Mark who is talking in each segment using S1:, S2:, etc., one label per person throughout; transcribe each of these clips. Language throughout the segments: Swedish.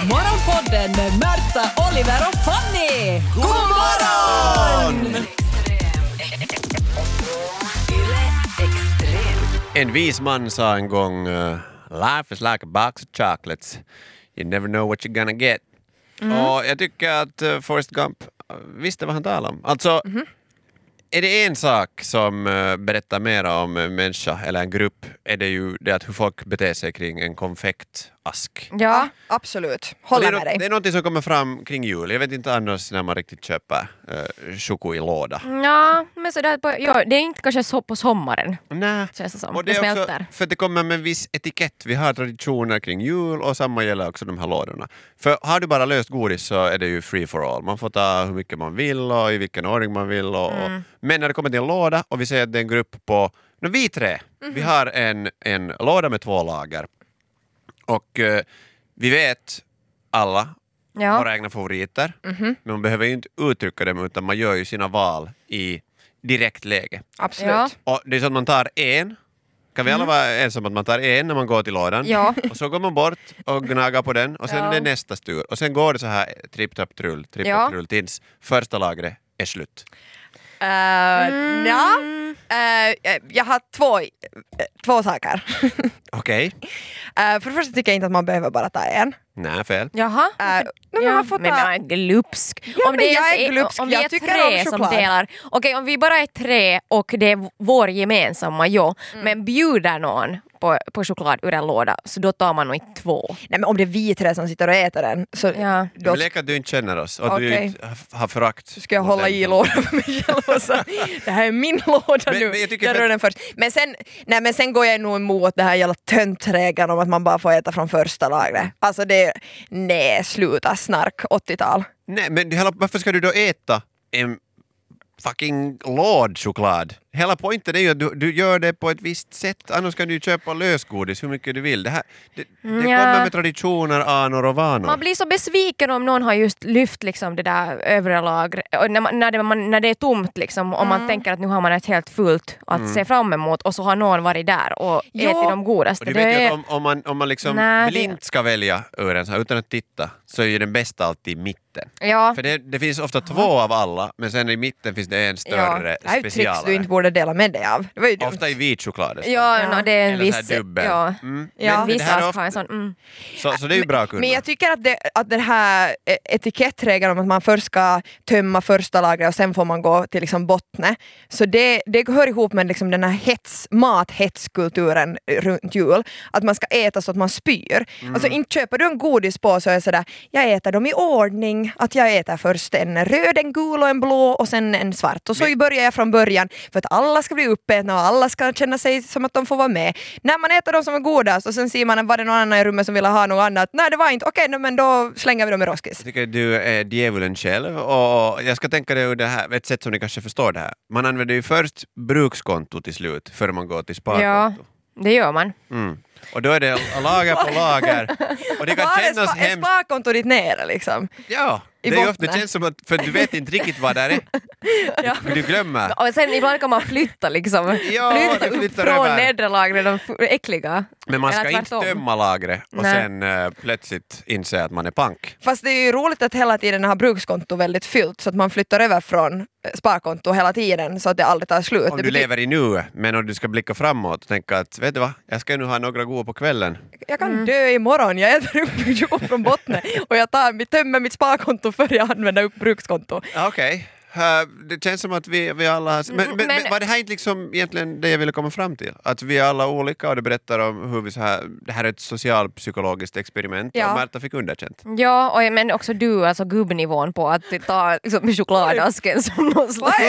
S1: Morgonpodden med Märta, Oliver och Fanny! God morgon!
S2: En vis man sa en gång eh, “Life is like a box of chocolates. You never know what you're gonna get”.
S3: Mm.
S2: Och jag tycker att eh, Forrest Gump eh, visste vad han talade om. Alltså,
S3: Mhm.
S2: är det en sak som eh, berättar mer om en människa eller en grupp är det ju det att hur folk beter sig kring en konfektask.
S3: Ja, absolut.
S2: Och Det
S3: Mm.
S2: är,
S3: Håller med
S2: nå- det
S3: dig.
S2: är någonting som kommer fram kring jul. Jag vet inte annars när man riktigt köper uh, choko i låda.
S4: Ja, men sådär på, ja, det är inte kanske så på sommaren.
S2: Nej.
S4: Känns det som.
S2: Och
S4: Det
S2: det är också,
S4: smälter.
S2: för det kommer med en viss etikett. Vi har traditioner kring jul och samma gäller också de här lådorna. För har du bara löst godis så är det ju free for all. Man får ta hur mycket man vill och i vilken ordning man vill. Och, och.
S4: Mm.
S2: Men när det kommer till en låda och vi säger att det är en grupp på, no, vi tre,
S4: Mhm.
S2: vi har en, en låda med två lager. Och eh, vi vet alla
S4: Ja. Mhm.
S2: våra egna favoriter, men man behöver ju inte uttrycka dem utan man gör ju sina val i direkt läge.
S3: Absolut.
S4: Ja.
S2: Och det är så att man tar en. Kan vi alla vara ensamma om att man tar en när man går till lådan?
S3: Mm. Ja.
S2: Och så går man bort och gnagar på den och sen är det nästa tur. Och sen går det så här tripp, trapp, trull, tripp,
S3: Ja.
S2: trapp, trull tills första lagret är slut.
S3: Eh,
S4: Mm.
S3: nja. Eh, jag har två, eh, två saker.
S2: Okej.
S3: Eh, för det första tycker jag inte att man behöver bara ta en.
S2: Nej, fel.
S4: Jaha.
S3: Eh, nej, men
S4: ja.
S3: man får
S4: men
S3: ta-
S4: man är glupsk.
S3: Ja, men jag är
S4: så-
S3: glupsk.
S4: Om vi
S3: Jag
S4: är
S3: tycker
S4: tre
S3: om
S4: som
S3: choklad.
S4: delar. Okej, om vi bara är tre och det är vår gemensamma, ja.
S3: Mm.
S4: Men bjuder någon på, på choklad ur en låda så då tar man nog inte två.
S3: Nej, men om det är vi tre som sitter och äter den så
S4: Ja.
S3: då
S2: Men lek att du inte känner oss och att du
S3: Okej.
S2: inte har- har förakt.
S3: ska jag
S2: mot
S3: hålla
S2: den
S3: i
S2: som-
S3: lådan för mig själv och så, det här är min låda
S2: Men-
S3: nu.
S2: men jag tycker
S3: jag
S2: för-
S3: rör den först. Men sen, nej, men sen går jag nog emot det här jävla töntregeln om att man bara får äta från första lagret. Alltså det, nej sluta snark 80-tal.
S2: Nej, men hela, varför ska du då äta en fucking lådchoklad? Hela poängen är ju att du, du gör det på ett visst sätt, annars kan du ju köpa lösgodis hur mycket du vill. Det, här, det, det kommer med traditioner, anor och vanor.
S4: Man blir så besviken om någon har just lyft liksom det där övre lagret, och när, man, när, det, man, när det är tomt liksom, om
S3: Mm.
S4: man tänker att nu har man ett helt fullt att
S2: Mm.
S4: se fram emot och så har någon varit där och
S3: Jo.
S4: ätit de godaste.
S2: Och du
S4: Det
S2: vet ju
S4: är-
S2: att om, om man, om man liksom
S4: Nej, det-
S2: blint ska välja ur en så här, utan att titta, så är ju den bästa alltid i mitten.
S4: ja.
S2: För det, det finns ofta två av alla, men sen i mitten finns det en större
S3: det här är ju tricks du inte
S2: specialare. borde...
S3: borde dela med dig av. Det var ju dumt.
S2: Ofta i vit choklad. dessutom.
S4: Ja,
S3: Ja.
S4: nå, det är en
S2: Eller så här
S4: viss...
S2: dubbel.
S4: Ja.
S2: Mm.
S3: Ja.
S2: Men det
S4: Vissa
S2: här är
S4: har en
S2: ofta,
S4: sån... Mm.
S2: så, så det är ju bra att kunna.
S3: Men jag tycker att, det, att den här eh, etikettregeln om att man först ska tömma första lagret och sen får man gå till liksom bottnet, så det, det hör ihop med liksom den här hets, mathetskulturen runt jul, att man ska äta så att man spyr.
S2: Mm.
S3: Alltså inte köper du en godispåse och är sådär, jag äter dem i ordning, att jag äter först en röd, en gul och en blå och sen en svart och så börjar jag från början för att alla ska bli uppätna och alla ska känna sig som att de får vara med. När man äter de som är godast och sen ser man att var det någon annan i rummet som ville ha något annat, nej det var inte, okej nej, men då slänger vi dem i roskis.
S2: Jag tycker du är djävulen själv och jag ska tänka det ur det här, ett sätt som ni kanske förstår det här. Man använder ju först brukskonto till slut före man går till
S4: ja,
S2: sparkonto.
S4: det gör man.
S2: Mm. Och då är det lager på lager och det kan
S3: Var är
S2: kännas
S3: spa- är
S2: hemskt.
S3: sparkonto ditt nere liksom?
S2: Ja,
S3: i
S2: det, är ju ofta, det
S3: bottnen?
S2: känns som att för du vet inte riktigt vad det är. Du glömmer.
S4: Och sen ibland kan man flytta liksom.
S2: Ja,
S4: flytta
S2: det
S4: upp
S2: flyttar
S4: från
S2: över.
S4: nedre lagret, de f- äckliga.
S2: Men man ska
S4: Eller
S2: inte
S4: tvärtom.
S2: tömma lagret och
S4: Nej.
S2: sen eh, plötsligt inse att man är pank.
S3: Fast det är ju roligt att hela tiden ha brukskonto väldigt fyllt så att man flyttar över från eh, sparkonto hela tiden så att det aldrig tar slut.
S2: Om
S3: Det
S2: du
S3: betyder-
S2: lever i nu, men om du ska blicka framåt och tänka att vet du vad, jag ska nu ha några goda på kvällen.
S3: jag kan
S4: Mm.
S3: dö imorgon, jag äter upp jord från botten och jag tar, mitt- tömmer mitt sparkonto före jag använder upp brukskonto.
S2: Ja, Okej. Eh, Det känns som att vi, vi alla... har- Men, men,
S4: men-
S2: men var det här inte liksom egentligen det jag ville komma fram till? Att vi är alla olika och det berättar om hur vi så här... Det här är ett socialpsykologiskt experiment
S3: Ja.
S2: och Märta fick underkänt.
S4: Ja, och, men också du, alltså gubbnivån på att ta liksom, chokladasken som någon slags...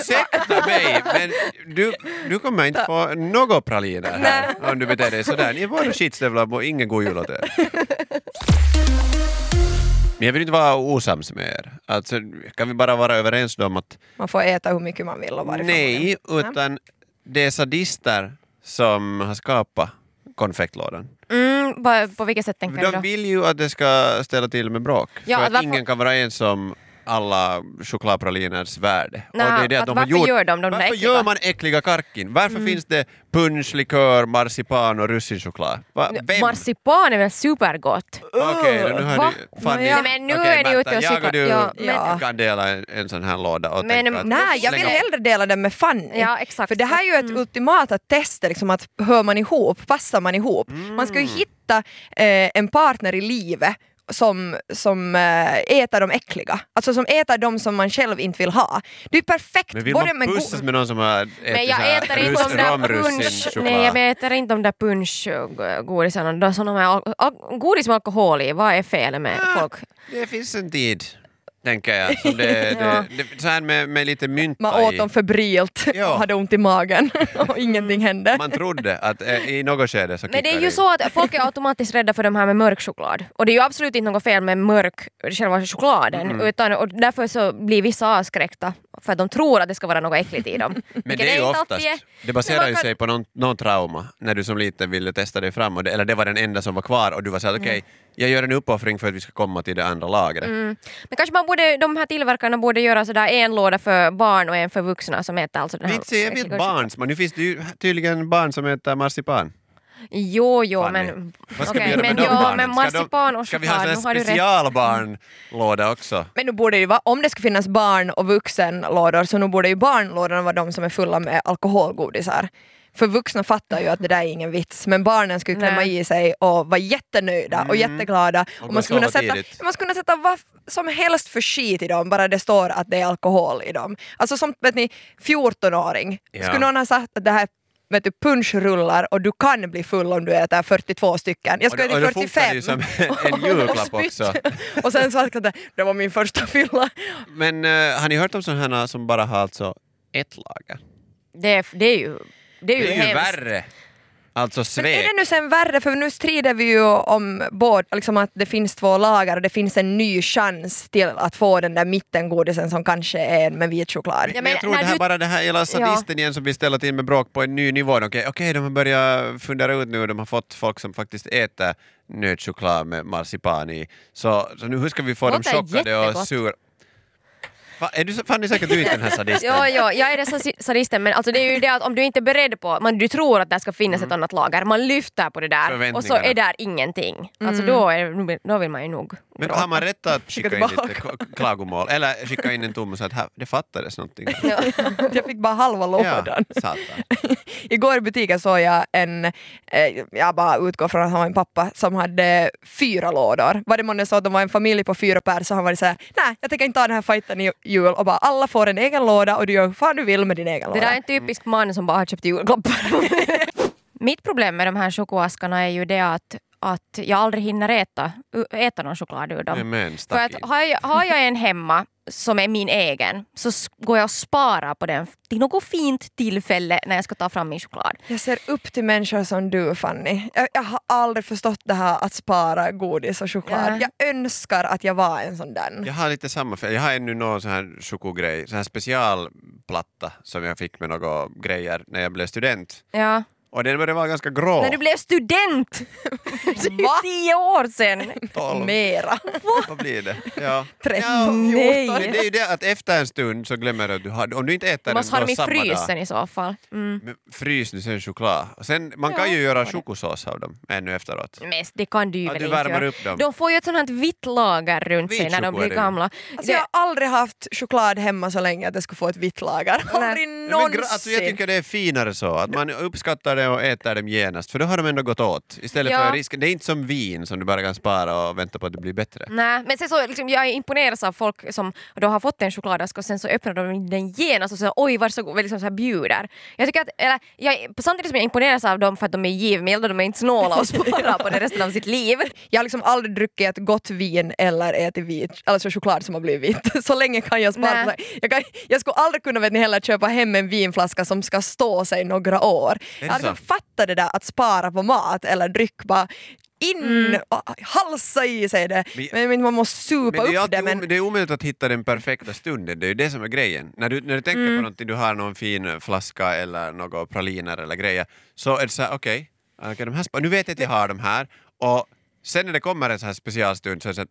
S2: Ursäkta mig, men du, du kommer inte få några praliner här om du beter dig sådär. Ni är båda skitstövlar och ingen god jul åt er. Men jag vill inte vara osams med er. Alltså, kan vi bara vara överens om att
S3: Man får äta hur mycket man vill och varifrån man
S2: Nej,
S3: vill.
S2: utan det är sadister som har skapat konfektlådan.
S4: Mm, på, på vilket sätt tänker du
S2: De
S4: då?
S2: vill ju att det ska ställa till med bråk.
S4: Ja,
S2: för att
S4: varför-
S2: ingen kan vara ensam alla chokladpraliners värde.
S4: Nej,
S2: det
S4: att varför gör de de där
S2: varför
S4: äckliga? Mm.
S2: gör man äckliga karkin? Varför finns det punsch, likör, marsipan och russinchoklad? Va, vem?
S4: Marsipan är väl supergott?
S2: Okej, då nu har
S4: Va?
S2: du... Fanny,
S4: Nej, men nu är du
S2: Märta,
S4: ute och
S2: jag
S4: cyklar.
S2: och du
S4: Ja,
S3: men-
S2: kan dela en, en sån här låda och
S4: Men-
S2: tänka att...
S3: Nej, jag vill
S2: slänga-
S3: hellre dela den med Fanny.
S4: Ja, exakt. Mm.
S3: För det här är ju ett ultimat att testa, liksom, att hör man ihop, passar man ihop? Man ska ju
S2: Mm.
S3: hitta eh, en partner i livet som, som eh, äter de äckliga, alltså som äter de som man själv inte vill ha. Det är ju perfekt.
S2: Men vill
S3: både
S2: man
S3: go-
S2: pussas med någon som har ätit
S4: Men jag äter inte de där punsch... Nej, jag äter inte de där punschgodisarna. De som är al- al- godis med alkohol i, vad är felet med folk?
S2: Det finns en tid, tänker jag. Som det,
S4: Ja.
S2: det, det, så här med, med lite mynta
S3: man åt
S2: i.
S3: dem febrilt
S2: Ja.
S3: och hade ont i magen och ingenting
S4: Mm.
S3: hände.
S2: Man trodde att eh, i något skede så
S4: Men det är
S2: kickar
S4: ju så att folk är automatiskt rädda för de här med mörk choklad. Och det är ju absolut inte något fel med mörk, själva chokladen.
S2: Mm.
S4: Utan, och därför så blir vissa avskräckta för att de tror att det ska vara något äckligt i dem.
S2: Men
S4: Vilket
S2: det är ju
S4: inte
S2: oftast,
S4: alltid är.
S2: det
S4: Men
S2: baserar
S4: man
S2: ju
S4: kan-
S2: sig på någon, någon trauma, när du som liten ville testa dig fram, och det, eller det var den enda som var kvar och du var såhär okej,
S4: Mm.
S2: jag gör en uppoffring för att vi ska komma till det andra lagret.
S4: Men kanske man borde, de här tillverkarna borde göra sådär en låda för barn och en för vuxna som äter alltså den här...
S2: Vitsi, jag vill
S4: äckliga-
S2: barns, men nu finns det ju tydligen barn som äter marsipan.
S4: Jo, jo,
S2: Fanny.
S4: men...
S2: Vad ska
S4: okej,
S2: vi göra med
S4: men,
S2: de barnen?
S4: men
S2: Ska de-
S4: marsipan och
S2: Ska vi ha
S4: choklad,
S2: en
S4: nu
S2: sån
S4: har
S2: här
S4: du rätt.
S2: specialbarnlåda också?
S3: Men nu borde det ju vara, om det ska finnas barn och vuxenlådor så nu borde ju barnlådorna vara de som är fulla med alkoholgodisar. För vuxna fattar ju att det där är ingen vits men barnen skulle
S4: Nej.
S3: klämma i sig och vara jättenöjda och jätteglada. Och
S2: gå
S3: man, skulle kunna
S2: Mm. och sova
S3: sätta,
S2: tidigt.
S3: man skulle kunna sätta vad som helst för skit i dem bara det står att det är alkohol i dem. Alltså som vet ni, 14-åring.
S2: Ja.
S3: Skulle någon ha sagt att det här är, vet du, punchrullar och du kan bli full om du äter 42 stycken. Jag
S2: Och
S3: skulle
S2: då- och då
S3: äta
S2: funkar det
S3: 45.
S2: ju som en julklapp
S3: Och
S2: också.
S3: spytt. och sen så att det, det var min första fylla.
S2: Men eh, har ni hört om sådana här som bara har alltså ett lager?
S4: Det är, det är ju... Det är ju,
S2: Det är ju
S4: hemskt.
S2: värre! Alltså
S3: Men är
S2: svek.
S3: det nu sen värre, för nu strider vi ju om båda, liksom att det finns två lagar och det finns en ny chans till att få den där mittengodisen som kanske är en med vit choklad.
S2: Men
S4: Ja,
S2: jag
S4: men
S2: tror
S4: när
S2: det här
S4: du-
S2: bara det här hela sadisten igen som vill ställa till med bråk på en ny nivå. Okej, okej, de har börjat fundera ut nu, de har fått folk som faktiskt äter nötchoklad med marsipan i. Så, så nu hur ska vi få dem
S4: Låter
S2: chockade och
S4: jättegott.
S2: sura? Va, är du, så- Fanny, säkert du är inte den här sadisten?
S4: Ja, ja, jag är den sasi- sadisten men alltså det är ju det att om du inte är beredd på, man, du tror att det ska finnas ett annat lager, man lyfter på det där och så
S2: Mm. Förväntningarna.
S4: är där ingenting. Alltså då, är, då vill man ju nog
S2: Mm. Men
S4: gråta.
S2: har man rätt att skicka in lite
S3: tillbaka.
S2: k- klagomål? Eller skicka in en tom och säga att här, det fattades någonting.
S3: Jag fick bara halva lådan.
S2: Ja, satan.
S3: Igår i butiken såg jag en, eh, jag bara utgår från att han var en pappa, som hade fyra lådor. Var det månne så att de var en familj på fyra pers så han var såhär, nej jag tänker inte ta den här fighten i jul och bara alla får en egen låda och du gör vad fan du vill med din egen
S4: Det
S3: låda.
S4: där är
S2: Mm.
S4: en typisk man som bara har köpt julklappar. Mitt problem med de här chokoaskarna är ju det att, att jag aldrig hinner äta, äta någon choklad ur dem.
S2: Men, men
S4: För att
S2: stackin.
S4: har jag, har jag en hemma som är min egen så s- går jag och sparar på den till något fint tillfälle när jag ska ta fram min choklad.
S3: Jag ser upp till människor som du Fanny. Jag, jag har aldrig förstått det här att spara godis och choklad.
S4: Nej.
S3: Jag önskar att jag var en sån där.
S2: Jag har lite samma fel. Jag har ännu någon sån här chokogrej, sån här specialplatta som jag fick med några grejer när jag blev student.
S4: Ja.
S2: Och den började vara ganska grå.
S4: När du blev student! Det är ju
S3: Va?
S4: Tio år sedan!
S2: Tolv.
S3: Mera.
S2: Vad blir det? Ja.
S3: Tretton,
S2: Ja,
S4: Nej.
S2: men Det är ju det att efter en stund så glömmer du att du har, om du inte äter
S4: Du måste
S2: den
S4: ha
S2: då
S4: dem i
S2: samma
S4: frysen
S2: dag.
S4: i så fall. Mm.
S2: Men Frys nu sen choklad. Och sen, man
S4: Ja,
S2: kan ju
S4: var
S2: göra
S4: det.
S2: chokosås av dem ännu efteråt.
S4: Men det kan du ju
S2: Ja,
S4: väl
S2: du
S4: inte
S2: värmer
S4: göra.
S2: upp dem.
S4: De får ju ett sånt här vitt lager runt sig när de
S2: Vitchoklad
S4: blir
S2: är det.
S4: gamla.
S3: Alltså,
S4: Det-
S3: jag har aldrig haft choklad hemma så länge att jag skulle få ett vitt lager. Aldrig
S2: Men gra- alltså jag
S3: någonsin.
S2: tycker det är finare så, att man uppskattar det och äter dem genast, för då har de ändå gått åt. Istället
S4: Ja.
S2: för risken, det är inte som vin som du bara kan spara och vänta på att det blir bättre.
S3: Mm,
S4: Nej, men sen så, liksom, jag imponeras av folk som då har fått en chokladask och sen så öppnar de den genast och så oj varsågod, liksom så här bjuder. Jag tycker att, eller, jag, samtidigt som jag imponeras av dem för att de är givmilda, de är inte snåla och sparar på det resten av sitt liv.
S3: Jag har liksom aldrig druckit ett gott vin eller ätit vit, alltså choklad som har blivit vit. Så länge kan jag spara.
S4: Nej.
S3: på det. Jag, kan, jag skulle aldrig kunna vet ni, heller köpa hem en vinflaska som ska stå sig några år. Jag har
S2: så?
S3: liksom fattat det där att spara på mat eller dryck bara in,
S4: Mm.
S3: och halsa i sig det.
S2: Men-
S3: Men, men man måste supa
S2: Men det, är
S3: upp det.
S2: alltid,
S3: Men,
S2: om- det är omöjligt att hitta den perfekta stunden, det är ju det som är grejen. När du, när du tänker på
S3: Mm.
S2: någonting, du har någon fin flaska eller några praliner eller grejer, så är det så här, okej, okay, de här spa- nu vet jag att jag har de här, och sen när det kommer en sån här specialstund så är det så här,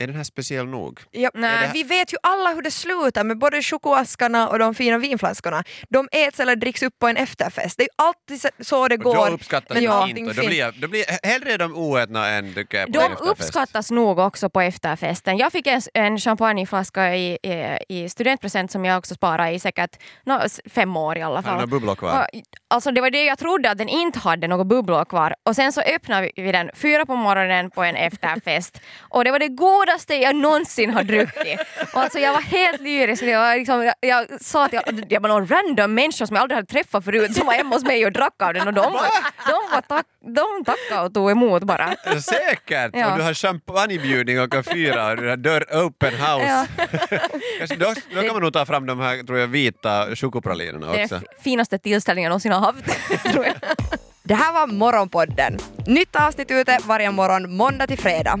S2: Är den här speciell nog?
S3: Ja,
S4: Nej.
S3: Vi vet ju alla hur det slutar med både chokoaskarna och de fina vinflaskorna. De äts eller dricks upp på en efterfest. Det är ju alltid så- så det
S2: Och
S3: går.
S2: Då uppskattas
S3: men
S2: det
S3: allting
S2: inte. Då
S3: fin-
S2: blir, jag- då blir, hellre är de oätna än tycker jag på
S4: De
S2: efterfest.
S4: uppskattas nog också på efterfesten. Jag fick en, en champagneflaska i, i, i studentpresent som jag också sparade i säkert nå, s- fem år i alla
S2: Har du
S4: fall.
S2: några bubblor kvar?
S4: Och, alltså det var det jag trodde att den inte hade några bubblor kvar och sen så öppnade vi den fyra på morgonen på en efterfest och det var det godaste jag någonsin har druckit. Och alltså jag var helt lyrisk. Jag, var liksom, jag, jag sa att jag, jag var någon random människa som jag aldrig hade träffat förut som var hemma hos mig och drack av den och de, var- de, var tack, de tackade och tog emot bara.
S2: Säkert!
S4: Ja.
S2: Om du har champagnebjudning och kan fira och du har dörr open house.
S4: Ja.
S2: Kanske Då, då kan man nog ta fram de här tror jag, vita chokopralinerna
S4: Det är den
S2: också.
S4: f- finaste tillställningen jag någonsin har haft. tror jag.
S3: Det här var Morgonpodden. Nytt avsnitt ute varje morgon måndag till fredag.